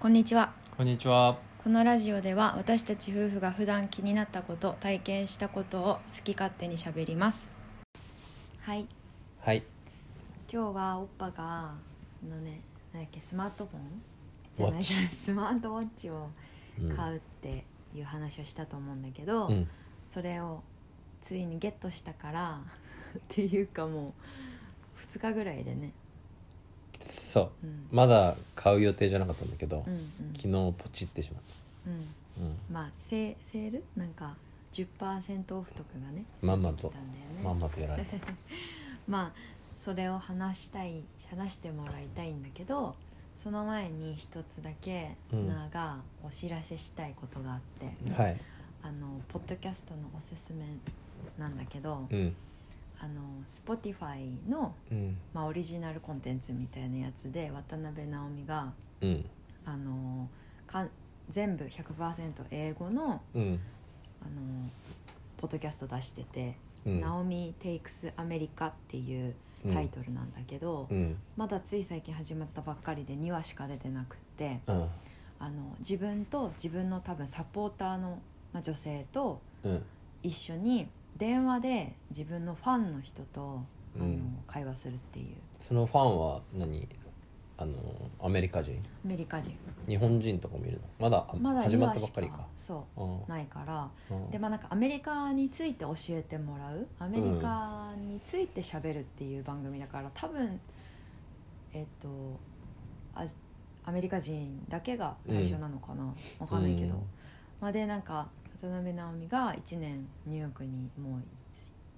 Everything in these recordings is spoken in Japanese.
こんにちはこんにちは。このラジオでは私たち夫婦が普段気になったこと体験したことを好き勝手にしゃべりますはいはい。今日はおっぱがあのねなんだっけスマートフォンじゃワなッい チスマートウォッチをうん買うっていう話をしたと思うんだけど、うん。それをついにゲットしたから っていうかもう2日ぐらいでね、そうう。んまだ買う予定じゃなかったんだけど、うんうん昨日ポチってしまっうんた。うん。まあセセールなんか10%オフとかがねまんま出てときたんだよねまんまとや られた。まあそれを話したい話してもらいたいんだけどその前に一つだけうんなあがお知らせしたいことがあって、はい。あのポッドキャストのおすすめなんだけど、うん。あの Spotify の、うん。まあ、オリジナルコンテンツみたいなやつで渡辺直美がうん。あのかん全部100%英語のうん。あのポッドキャスト出しててう「ん。ナオミ・テイクス・アメリカ」っていうタイトルなんだけど、うん。まだつい最近始まったばっかりで2話しか出てなくってうん。あの自分と自分の多分サポーターの、まあ、女性とうん。一緒に電話で自分のファンの人とあの、うん会話するっていうそのファンは何？あのアメリカ人、アメリカ人日本人とかもいるの？まだまだ始2まっ話たばっしかかりか。そあうないからあでまあなんかアメリカについて教えてもらうアメリカについてしゃべるっていう番組だから多分えっとあアメリカ人だけが対象なのかな、わかんないけど、うんまあ、でなんか渡辺直美が1年ニューヨークにもう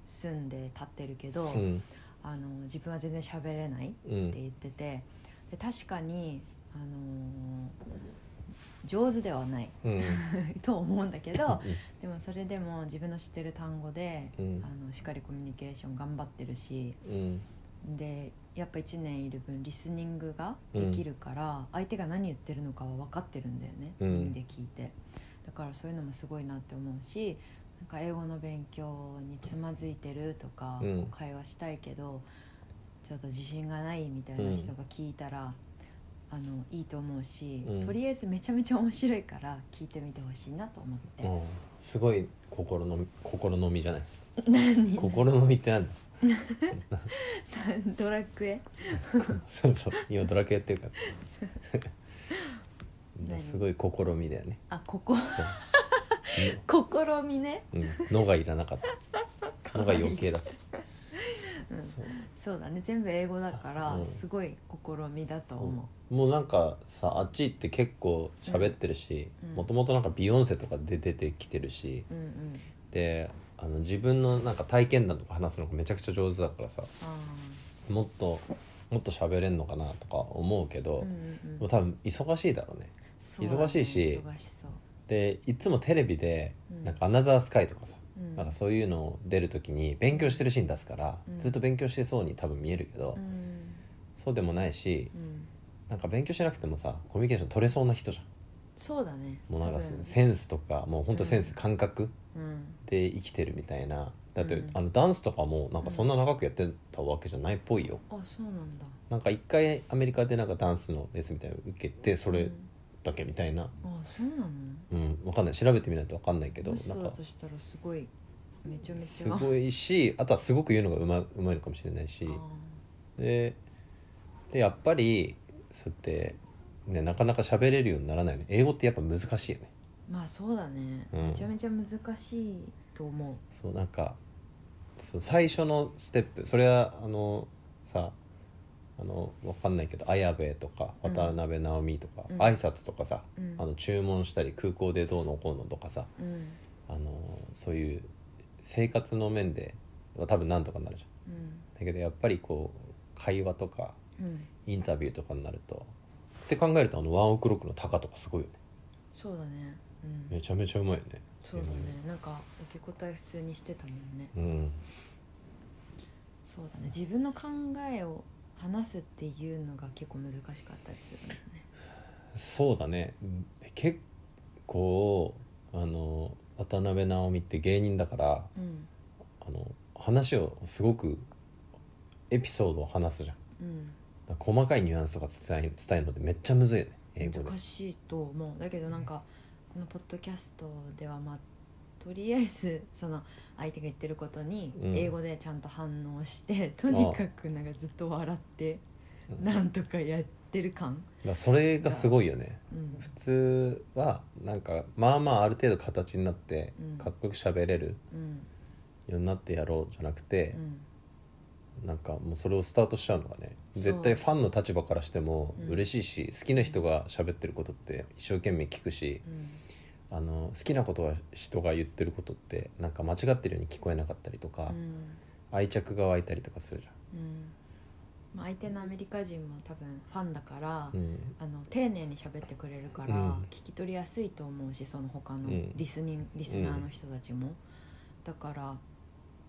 住んで立ってるけど、うんあの自分は全然喋れないっうてん言っててで確かに、あのー上手ではない うんうんと思うんだけどでもそれでも自分の知ってる単語で、うんあのしっかりコミュニケーション頑張ってるしうんでやっぱ1年いる分リスニングができるから、相手が何言ってるのかは分かってるんだよね、うん耳で聞いてだからそういうのもすごいなって思うしなんか英語の勉強につまずいてるとか、うんこう会話したいけどちょっと自信がないみたいな人が聞いたら、あのいいと思うし、うんとりあえずめちゃめちゃ面白いから聞いてみてほしいなと思って。うんすごい心の心のみじゃない。何心のみってなんだ。 ドラクエそうそう今ドラクエやってるか何らすごい試みだよねあここ そう試みねうん「の」がいらなかった「の」が余計だったうんそうそうだね全部英語だから、うんすごい試みだと思もうなんかさあっち行って結構喋ってるしうんもともとなんかビヨンセとかで出てきてるしううんうんであの自分のなんか体験談とか話すのがめちゃくちゃ上手だからさあもっともっと喋れんのかなとか思うけーど、うんうんうもんう多分忙しいだろうねそうだ忙しいし忙しそうでいつもテレビでうんなんか「アナザースカイ」とかさうんなんかそういうの出る時に勉強してるシーン出すから、うんずっと勉強してそうに多分見えるけど、うんそうでもないしうんなんか勉強しなくてもさコミュニケーション取れそうな人じゃんそうだねもうなんか多分センスとかもうほんとセンス、うん感覚うんで生きてるみたいなだって、うんあのダンスとかもなんかそんな長くやってたわけじゃないっぽいよ、あそうなんだなんか一回アメリカでなんかダンスのレッスンみたいなの受けてそれうんだけみたいなあそうなのうん、わかんない調べてみないとわかんないけどもしなそんうだかとしたらすごいめちゃめちゃすごいしあとはすごく言うのがうまうまいのかもしれないしあーででやっぱりそうやって、ね、なかなか喋れるようにならないよね英語ってやっぱ難しいよねまあそうだね、うんめちゃめちゃ難しいと思うそうなんかそう最初のステップそれはあのさあのわかんないけど綾部とかうん渡辺直美とか、うん挨拶とかさ、うんあの注文したり空港でどうのこうのとかさうんあのそういう生活の面で多分なんとかなるじゃうんんだけどやっぱりこう会話とかうんインタビューとかになるとって考えるとあのワンオクロックのタカとかすごいよねそうだねうんめちゃめちゃうまいよねそうだねなんか受け答え普通にしてたもんねうんそうだね自分の考えを話すっていうのが結構難しかったりするんだよねそうだね結構あの渡辺直美って芸人だからうんあの話をすごくエピソードを話すじゃんうんだから細かいニュアンスとか伝え伝えるのってめっちゃむずいよね英語で難しいと思うだけどなんかこのポッドキャストではまあとりあえずその相手が言ってることにうん英語でちゃんと反応して、 とにかくなんかずっと笑ってうんだなかんとかやってる感、らそれがすごいよねうん普通はなんかまあまあある程度形になってうんかっこよく喋れるうんようになってやろうじゃなくうて、んなんかもうそれをスタートしちゃうのがねそう絶対ファンの立場からしてもうん嬉しいし、好きな人が喋ってることって一生懸命聞くしうんあの好きなことは人が言ってることってなんか間違ってるように聞こえなかったりとか、うん愛着が湧いたりとかするじうんまあ、相手のアメリカ人も多分ファンだから、ゃん。うんあの丁寧に喋ってくれるから、うん聞き取りやすいと思うしその他のうんリスニン、リスナーの人たちも、だから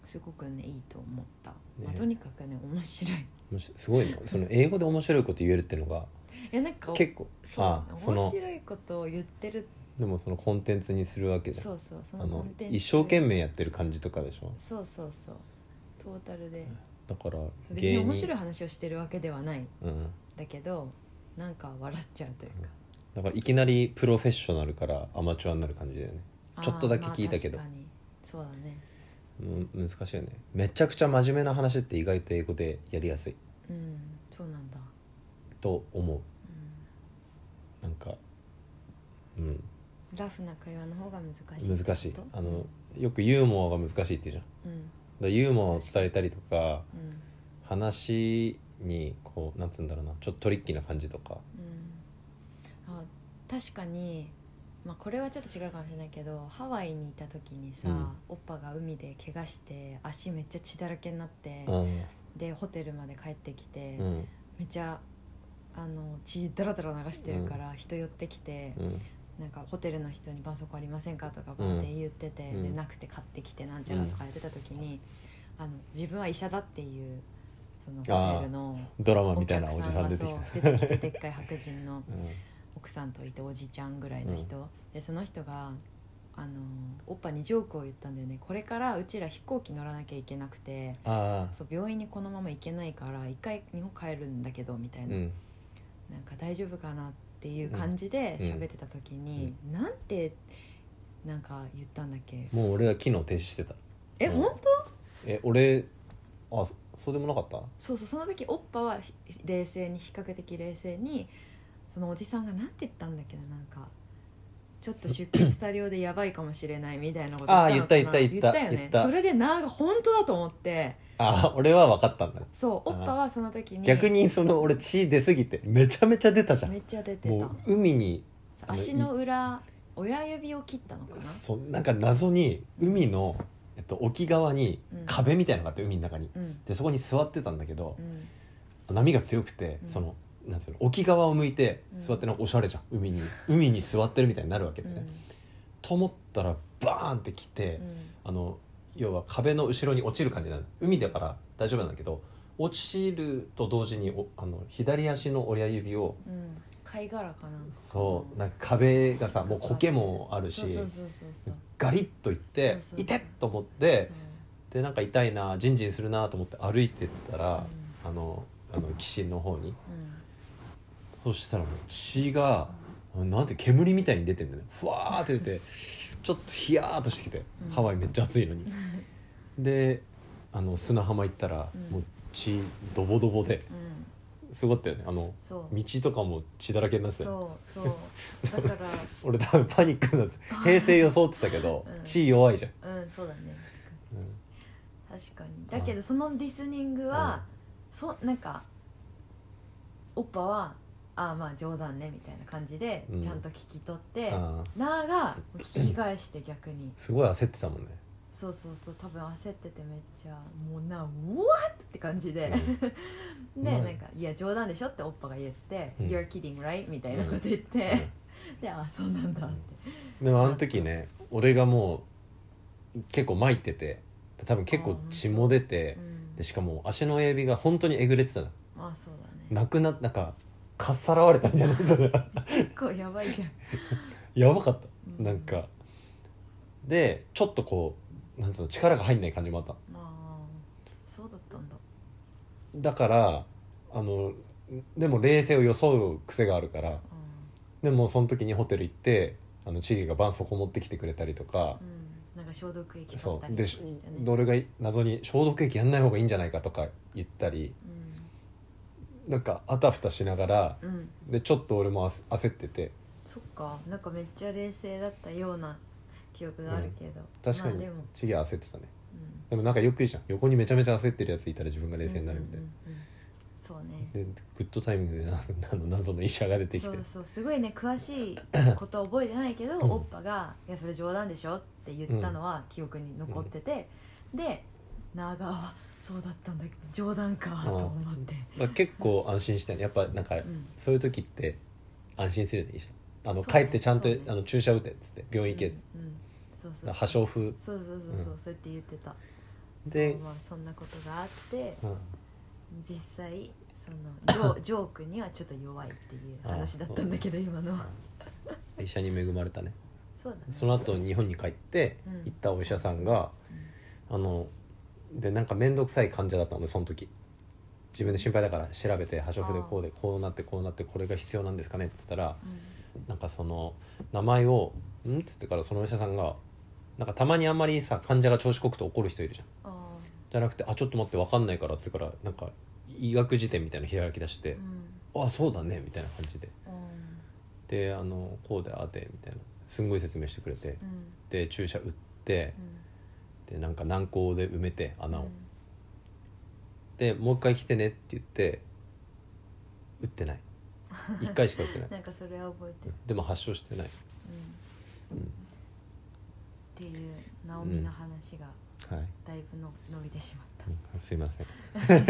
すごくねいいと思った、まあ、ねとにかくね面白い もしすごいねその英語で面白いこと言えるっていうのがえなんか結構そうあそ面の白いことを言ってるでもそのコンテンツにするわけじゃんそうそうそあのコのンテンツ一生懸命やってる感じとかでしょそうそうそうトータルでだから別に面白い話をしてるわけではないうん、だけどなんか笑っちゃうというか、だからいきなりプロフェッショナルからアマチュアになる感じだよねあーちょっとだけ聞いたけどまあ確かにそうだねうん難しいよねめちゃくちゃ真面目な話って意外と英語でやりやすいうんそうなんだ、と思ううなんかうんん、ラフな会話の方が難しいってこと難しいあのよくユーモアが難しいって言うじゃんだかうんらユーモアを伝えたりとかうん話にこうなんつうんだろうなちょっとトリッキーな感じとかうんあ確かに、まあ、これはちょっと違うかもしれないけどハワイにいた時にさ、うんオッパが海で怪我して足めっちゃ血だらけになって、うんでホテルまで帰ってきて、うんめっちゃあの血だらだら流してるから、人寄ってきて、うんなんかホテルの人に「絆創膏ありませんか?」とかバーって言ってて、うんでなくて買ってきてなんちゃらとかやってた時に、あの自分は医者だっていうそのホテルのドラマおみたい客なおじささんんが出そてきたう出てきてでっかい白人のうん奥さんといておじちゃんぐらいの人、でその人が。あのオッパにジョークを言ったんだよねこれからうちら飛行機乗らなきゃいけなくてああそう病院にこのまま行けないから一回日本帰るんだけどみたいな、うんなんか大丈夫かなっていう感じで喋ってた時に、なんてなんか言ったんだっけもう俺は機能停止してたえ、うん本当え俺あそそうでもなかったそうそうその時オッパはひ冷静に比較的冷静にそのおじさんがなんて言ったんだっけななんかちょっと出血多量でやばいかもしれないみたいなことあーのかな言った言っ言たったよね言ったそれでなーが本当だと思ってあ俺は分かったんだそうオッパはその時に逆にその俺血出すぎてめちゃめちゃ出たじゃめんっちゃ出てたもう海にあの足の裏親指を切ったのかなそうなんか謎に海の、えっと、沖側にうん壁みたいなのがあって海の中にうんでそこに座ってたんだけどう、ん波が強くて、うんそのなんていうの沖側を向いて座ってなんかおしゃれじゃん海に海に座ってるみたいになるわけうでね、んと思ったらバーンって来て、うんあの要は壁の後ろに落ちる感じなの海だから大丈夫なんだけど落ちると同時におあの左足の親指をうん貝殻かなそうななんか壁がさもう苔もあるしそうそうそうそうそうガリッといってそうそう痛っと思ってでなんか痛いなジンジンするなと思って歩いてったそうら、あのあの岸の方にうんうんそしたらもう血がなんて煙みたいに出てんだよねふわーって出てちょっとヒヤーっとしてきて、うんハワイめっちゃ暑いのにであの砂浜行ったら、うんもう血ドボドボでうんすごかったよねあのそう道とかも血だらけになってたよそうそうだか俺多分パニックになってら平成装ってたけど、うん血弱いじゃん、うんそうだねうん確かにだけどそのリスニングはそなんかオッパはああまあ冗談ねみたいな感じでうんちゃんと聞き取ってあーなあが聞き返して逆にすごい焦ってたもんねそうそうそう多分焦っててめっちゃもうな「What?」って感じで、 で、うんなんか「いや冗談でしょ」ってオッパが言って「うん You're kidding right?」みたいなこと言って、で「あそうなんだ」って、でもあの時ね俺がもう結構まいてて多分結あ構ー血も出て、うんでしかも足の親指が本当にえぐれてたのまあそうだねなくななんかかっさらわれたみたいに なってたじゃん結構やばいじゃん、やばかった、うなんかでちょっとこうなんつうの力が入んない感じもあったまあそうだったんだだからあのでも冷静を装う癖があるからうでもその時にホテル行ってあのチゲが絆創膏持ってきてくれたりとかう、ん、なんか消毒液だっそたうりでしてね俺が謎に消毒液やんない方がいいんじゃないかとか言ったりなんかあたふたしながらうん、うん、でちょっと俺も焦焦っててそっかなんかめっちゃ冷静だったような記憶があるけど、確かまあにでも、チゲ焦ってたねうん、でもなんかよくいいじゃん横にめちゃめちゃ焦ってるやついたら自分が冷静になるみたいな、うんうんうんうんそうねでグッドタイミングでなあの謎の医者が出てきそてうそうすごいね詳しいことは覚えてないけど、うんオッパが「いやそれ冗談でしょ」って言ったのは記憶に残ってて、で長はそうだったんだけど冗談かと思って、だから結構安心してねやっぱなんかうんそういう時って安心するよね医者あの、そう帰ねってちゃんと、そうねあの注射打てっつって病院行けっつって、うん、うんそうそうだから破傷風そうそうそうそう、うんそうやって言ってたでそうまあ、そんなことがあってうん実際そ のジョジョークにはちょっと弱いっていう話だったんだけど今のは医者に恵まれたねそうだねその後日本に帰ってうん行ったお医者さんが、あのでなんか面倒くさい患者だったのその時自分で心配だから調べて破傷風でこうでこうなってこうなってこれが必要なんですかねって言ったらうんなんかその名前を「ん?」って言ってからそのお医者さんがなんかたまにあんまりさ患者が調子こくと怒る人いるじゃんあじゃなくて「あちょっと待って分かんないから」っつってからなんか医学辞典みたいなの開き出しーてうん「あそうだね」みたいな感じでうんであのこうでああでみたいなすんごい説明してくれてうんで注射打ってうんでなんか軟膏で埋めて穴を、うんでもう一回来てねって言って打って ない一回しか打ってないなんかそれは覚えてるうん、でも発症してない、うんうんっていうナオミの話がはいだいぶの伸びてしまった、うんすいませんそう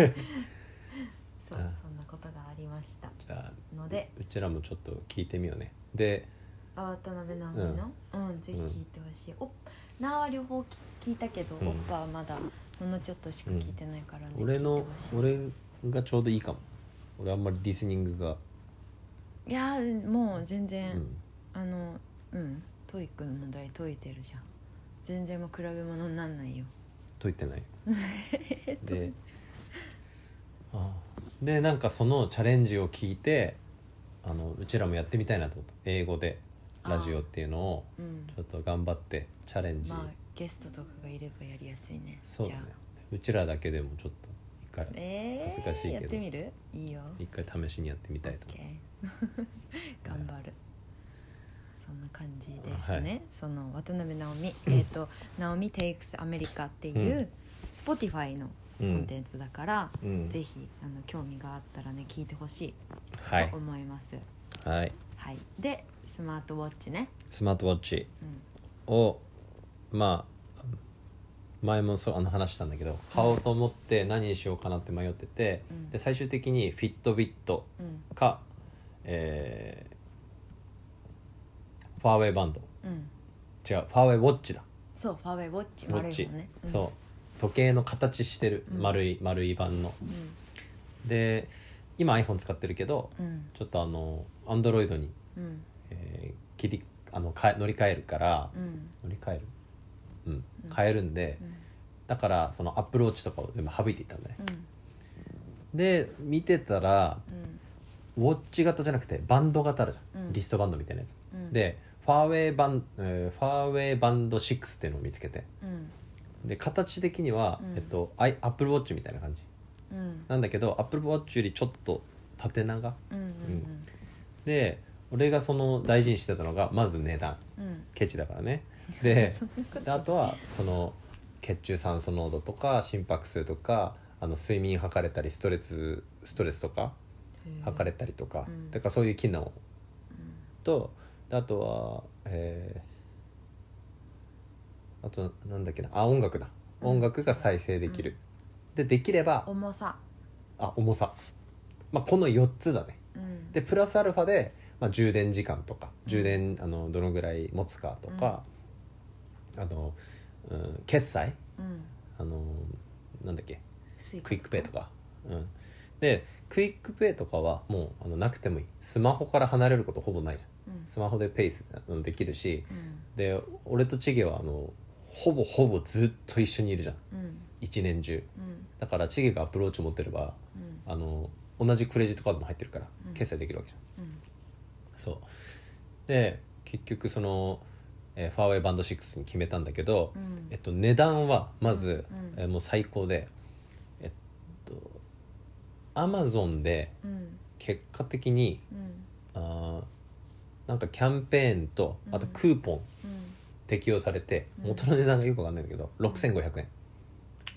あそんなことがありましたじゃあのでうちらもちょっと聞いてみようねであ渡辺直美の、うんぜひ聞いてほしい、おっなは両方聞いたけど、うんおっぱはまだほんのちょっとしか聞いてないからね、俺聞いのてほしい俺がちょうどいいかも俺あんまりディスニングが、いやーもう全う然、ん、あのうんトイックの問題解いてるじゃん全然もう比べ物になんないよ解いてない でああでなんかそのチャレンジを聞いてあのうちらもやってみたいなと思った英語でラジオっていうのをうんちょっと頑張ってチャレンジ、まあゲストとかがいればやりやすいねそうじだゃねあうちらだけでもちょっと一回えー、恥ずかしいけどやってみるいいよ一回試しにやってみたいとオッ思うケー 頑張るそんな感じですね、はいその渡辺直美えっと「直美 takes アメリカ」っていうう Spotify のうコんンテンツだから、うんぜひあの興味があったらね聞いてほしいはいと思います、はいはいでスマートウォッチね、スマートウォッチうん、をまあ前もそうあの話したんだけど買おうと思って何にしようかなって迷ってて、うんで最終的にフィットビットうんか、えーファーウェイバンドうん違うファーウェイウォッチだそうファーウェイウォッチウォ悪ッいチ、もんね、ん、そう時計の形してるうん丸い、丸い版ので今 iPhone 使ってるけどうんうんちょっとあの Android に、うんえー切りあのかえ乗り換えるから、うん乗り換えるうんうん変えるんで、うんだからそのアップローチとかを全部省いていったんだねうんで見てたらうんウォッチ型じゃなくてバンド型あるじゃん、うんリストバンドみたいなやつ、うんでファーウェイバン、えーファーウェイバンド6っていうのを見つけてうんで形的には、うんえっと、アイアップルウォッチみたいな感じうんなんだけどアップルウォッチよりちょっと縦長うんうんで俺がその大事にしてたのがまず値段うんうんケチだか らねでそんなことであとはその血中酸素濃度とか心拍数とかあの睡眠測れたりストレスストレスとか測れたりとか、うんだからそういう機能とであとはえーあとなんだっけなあ音楽だうん音楽が再生できる、でできれば重さ、あ重さ、まあ、この4つだねうん、でプラスアルファで、まあ、充電時間とか充電あのどのぐらい持つかとか、あの、うん、決済うん、あのなんだっけスイクイックペイとか、うん、でクイックペイとかはもうあのなくてもいいスマホから離れることほぼないじゃうんんスマホでペイスあのできるしうんで俺とチゲはあのほぼほぼずっと一緒にいるじゃんうん一年中うんだからチゲがアプローチ持ってればうんあの同じクレジットカードも入ってるからうん決済できるわけじゃん、うんそうで結局その、えーファーウェイバンド6に決めたんだけど、うんえっと、値段はまず、うんえーもう最高でえっとアマゾンでうん結果的にうんあーなんかキャンペーンとあとうんクーポうンん適用されて、うん元の値段がよくわかんないんだけど6500円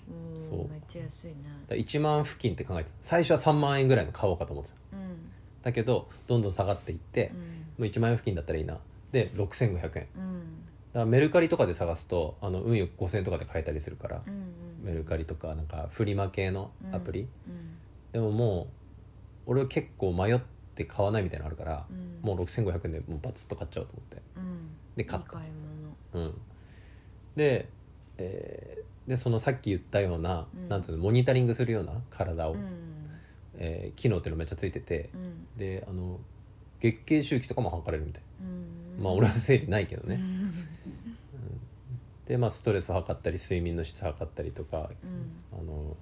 うんそうめっちゃ安いねだ1万付近って考えてた最初は3万円ぐらいの買おうかと思ってたうんだけどどんどん下がっていって、うんもう1万円付近だったらいいなで6500円だうかんらメルカリとかで探すとあの運よく5000円とかで買えたりするから、うんうんメルカリとかなんかフリマ系のアプリ、うんでももう俺は結構迷って買わないみたいなのあるから、うんもう6500円でもうバツッと買っちゃおうと思ってうんで買ったいい買い物うん、で,、えーでそのさっき言ったような,、うんなんつうのモニタリングするような体を、うんえー機能っていうのめっちゃついててう、んであの月経周期とかも測れるみたい、うんまあ俺は生理ないけどうね、んで、まあ、ストレス測ったり睡眠の質測ったりとか、うんあの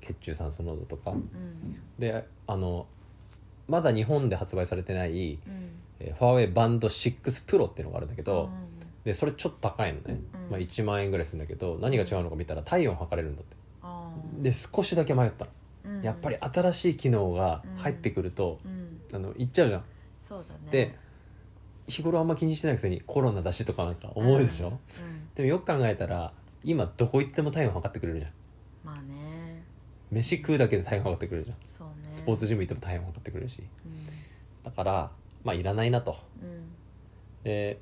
血中酸素濃度とかうんであのまだ日本で発売されてない、うんえーファーウェイバンド6プロっていうのがあるんだけど、うんでそれちょっと高いのね、うんまあ、1万円ぐらいするんだけど何が違うのか見たら体温測れるんだってあーで少しだけ迷ったの、うんやっぱり新しい機能が入ってくると、うんあのいっちゃうじゃんそうだねで日頃あんま気にしてないくせにコロナだしとかなんか思うでしょ、うんでもよく考えたら今どこ行っても体温測ってくれるじゃんまあね飯食うだけで体温測ってくれるじゃんそうねスポーツジム行っても体温測ってくれるしうだからまあいらないなとんうんで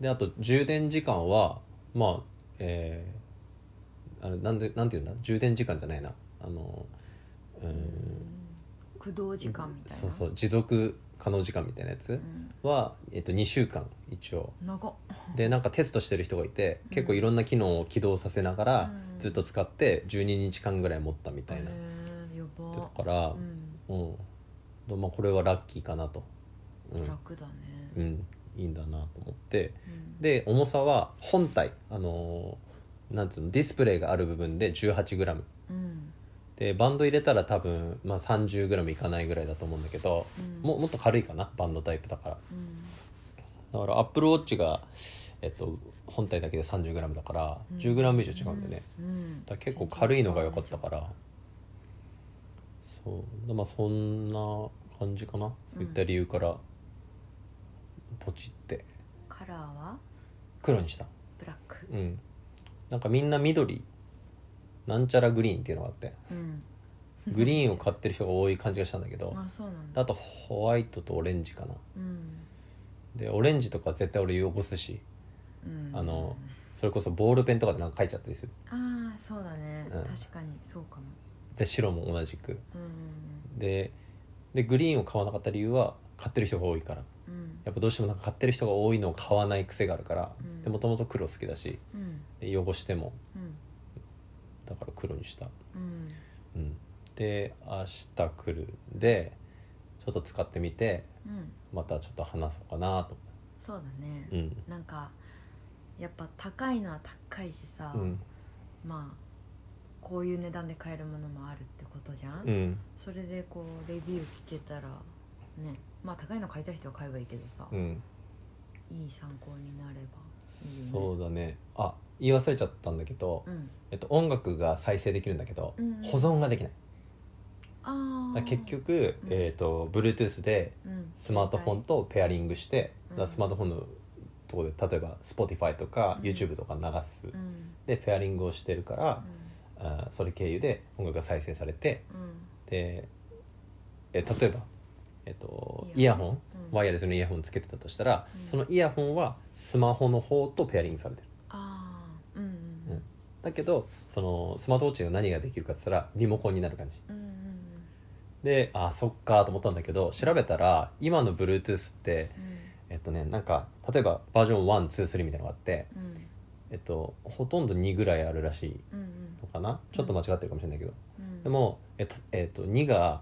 であと充電時間はまあえーあれなんでなんていうんだ充電時間じゃないなあのうーん駆動時間みたいなそうそう持続可能時間みたいなやうつんは、えっと、2週間一応長っでなんかテストしてる人がいて結構いろんな機能を起動させながらうんずっと使って12日間ぐらい持ったみたいなへーやばだからう、んうんでまあ、これはラッキーかなと、うん楽だねうん、いいんだなと思ってうんで重さは本体あのーなんつうのディスプレイがある部分で 18g うんでバンド入れたら多分、まあ、30g いかないぐらいだと思うんだけどうんももっと軽いかなバンドタイプだからうんだから AppleWatch が、えっと、本体だけで 30g だからうん 10g 以上違うんだよね、うんだから結構軽いのが良かったからそうでまあそんな感じかなそういった理由からポチってカラーは黒にしたブラックうんなんかみんな緑なんちゃらグリーンっていうのがあってうんグリーンを買ってる人が多い感じがしたんだけどあそうなんだあとホワイトとオレンジかなうんでオレンジとか絶対俺汚すしうんあのそれこそボールペンとかでなんか書いちゃったりするああそうだねうん確かにそうかもで白も同じくうんででグリーンを買わなかった理由は買ってる人が多いからうんやっぱどうしてもなんか買ってる人が多いのを買わない癖があるからうんでもともと黒好きだしうんで汚してもうんだから黒にした、うんうん、で明日来るでちょっと使ってみてうんまたちょっと話そうかなと、そうだねうんなんかやっぱ高いのは高いしさ、うんまあこういう値段で買えるものもあるってことじゃん、うんそれでこうレビュー聞けたらねまあ高いの買いたい人は買えばいいけどさ、うん、いい参考になればいいそうだねあ言い忘れちゃったんだけど、うんえっと、音楽が再生できるんだけど、うん保存ができないあだかあら結局、うんえっと Bluetooth でスマートフォンとペアリングして、うんだからスマートフォンのとこで例えば Spotify とかうん YouTube とか流す、うんうんでペアリングをしてるから、あーそれ経由で音楽が再生されてうんでえ例えば、えっと、イイヤヤホホンンワイヤレスのイヤホンつけてたとしたら、うんそのイヤホンはスマホの方とペアリングされてるああうんうんだけどそのスマートウォッチが何ができるかって言ったらリモコンになる感じうんうんうんであそっかと思ったんだけど調べたら今の Bluetooth ってえっとねなんか例えばバージョン123みたいなのがあってうんうんえっとほとんど2ぐらいあるらしいうんうんのかなちょっと間違ってるかもしれないけど、うんでも、えっとえっと、2が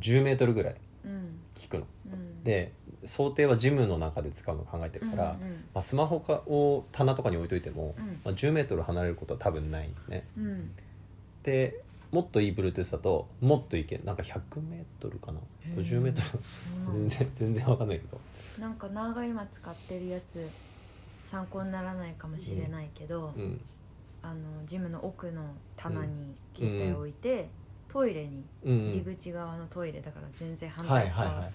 1 0ルぐらいうん効くのうんで想定はジムの中で使うのを考えてるから、うんまうんあ、スマホかを棚とかに置いといても、うんまあ、1 0ル離れることは多分ないねうんでもっといい Bluetooth だともっといけなんか 100m かな 50m 全然全然わかんないけどなんかなーが今使ってるやつ参考にならないかもしれないけど、うんあのジムの奥の棚に携帯を置いて、トイレにうんう入りん口側のトイレだから全然反はい対はい側、はい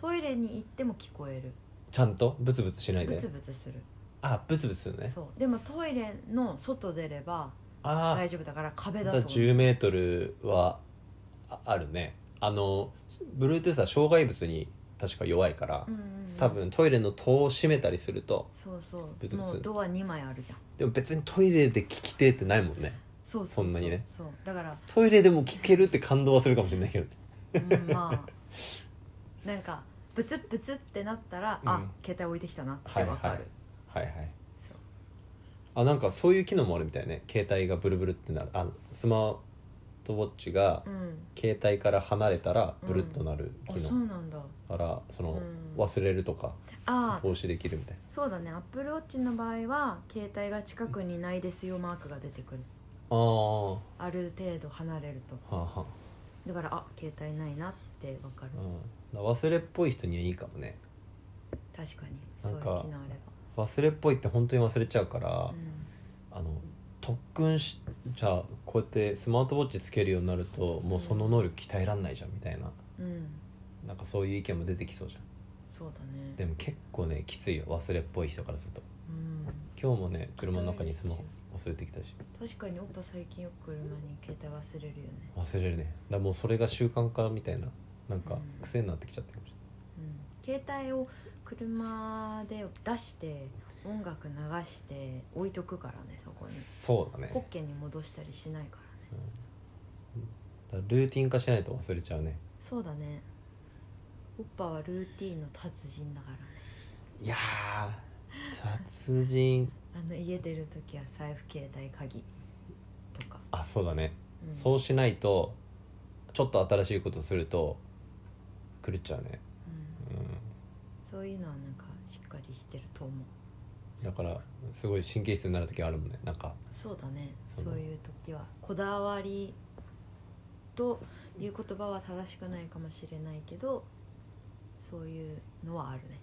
トイレに行っても聞こえるちゃんとブツブツしないブでツブツする、あブツブツするねそうでもトイレの外出ればああ大丈夫だから壁まだたと思う10メートルはああるねあの Bluetooth は障害物に確か弱いから、うんうんうん多分トイレの戸を閉めたりするとそうそうブツブツもうドア2枚あるじゃんでも別にトイレで聞きてえってないもんねそうそううそんなにねそうだから、トイレでも聞けるって感動はするかもしれないけどうん、まあなんかブツッブツってなったら、うあん携帯置いてきたなってはいわはいかる、はいはいそうあなんかそういう機能もあるみたいね携帯がブルブルってなるあのスマートウォッチがうん携帯から離れたらブルッとなるあ機能、そうなんだだからその、うん忘れるとかああ防止できるみたいそうだねアップルウォッチの場合は携帯が近くにないですよマークが出てくるなああはある程度離れるとあはだからあ携帯ないなってわかるあ、うん、だから忘れっぽい人にはいいかもね確かにそうないんうか機能あれ忘れっぽいって本当に忘れちゃうからば、うんあの特訓しじゃあこうやってスマートウォッチつけるようになるともうその能力鍛えらんないじゃんみたいなうんなんかそういう意見も出てきそうじゃんそうだねでも結構ねきついよ忘れっぽい人からするとうん今日もね車の中にスマホ忘れてきたし確かにオッパ最近よく車に携帯忘れるよね忘れるねだからもうそれが習慣化みたいななんうかん癖になってきちゃってるかもしうん携帯を車で出して音楽流して置いとくからねそこれにないそうだねポッケに戻したりしないからねだからルーティン化しないと忘れちゃうねそうだねオッパはルーティンの達人だからねいやー達人あの家出る時は財布携帯鍵とか、あそうだね、うんそうしないとちょっと新しいことすると狂っちゃうね、うんう、そういうのはなんかしっかりしてると思うんだからすごい神経質になる時あるもんねなんかそうだねそそうういう時はこだわりという言葉は正しくないかもしれないけどそういうのはあるね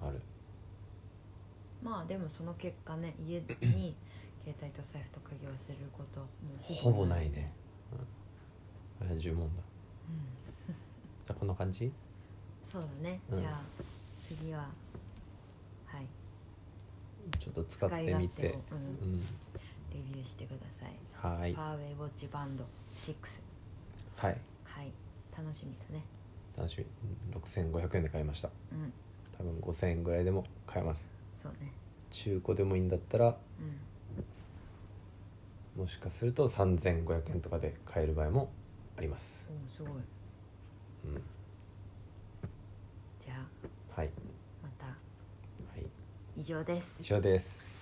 うんあるまあでもその結果ね家 に携帯と財布と鍵を忘れることはもうほぼないね、うん、あれは10問だうんじゃあこんな感じそうだね、うんじゃあ次ははいちょっと使ってみて使い勝手をうんうんレビューしてくださいはいパワーウェイウォッチバンド6はいはい楽しみだね楽しみうん6500円で買いましたうん多分5000円ぐらいでも買えますそうね中古でもいいんだったらうんもしかすると3500円とかで買える場合もあります、おーすごいうん、じゃあはいまたはい以上です以上です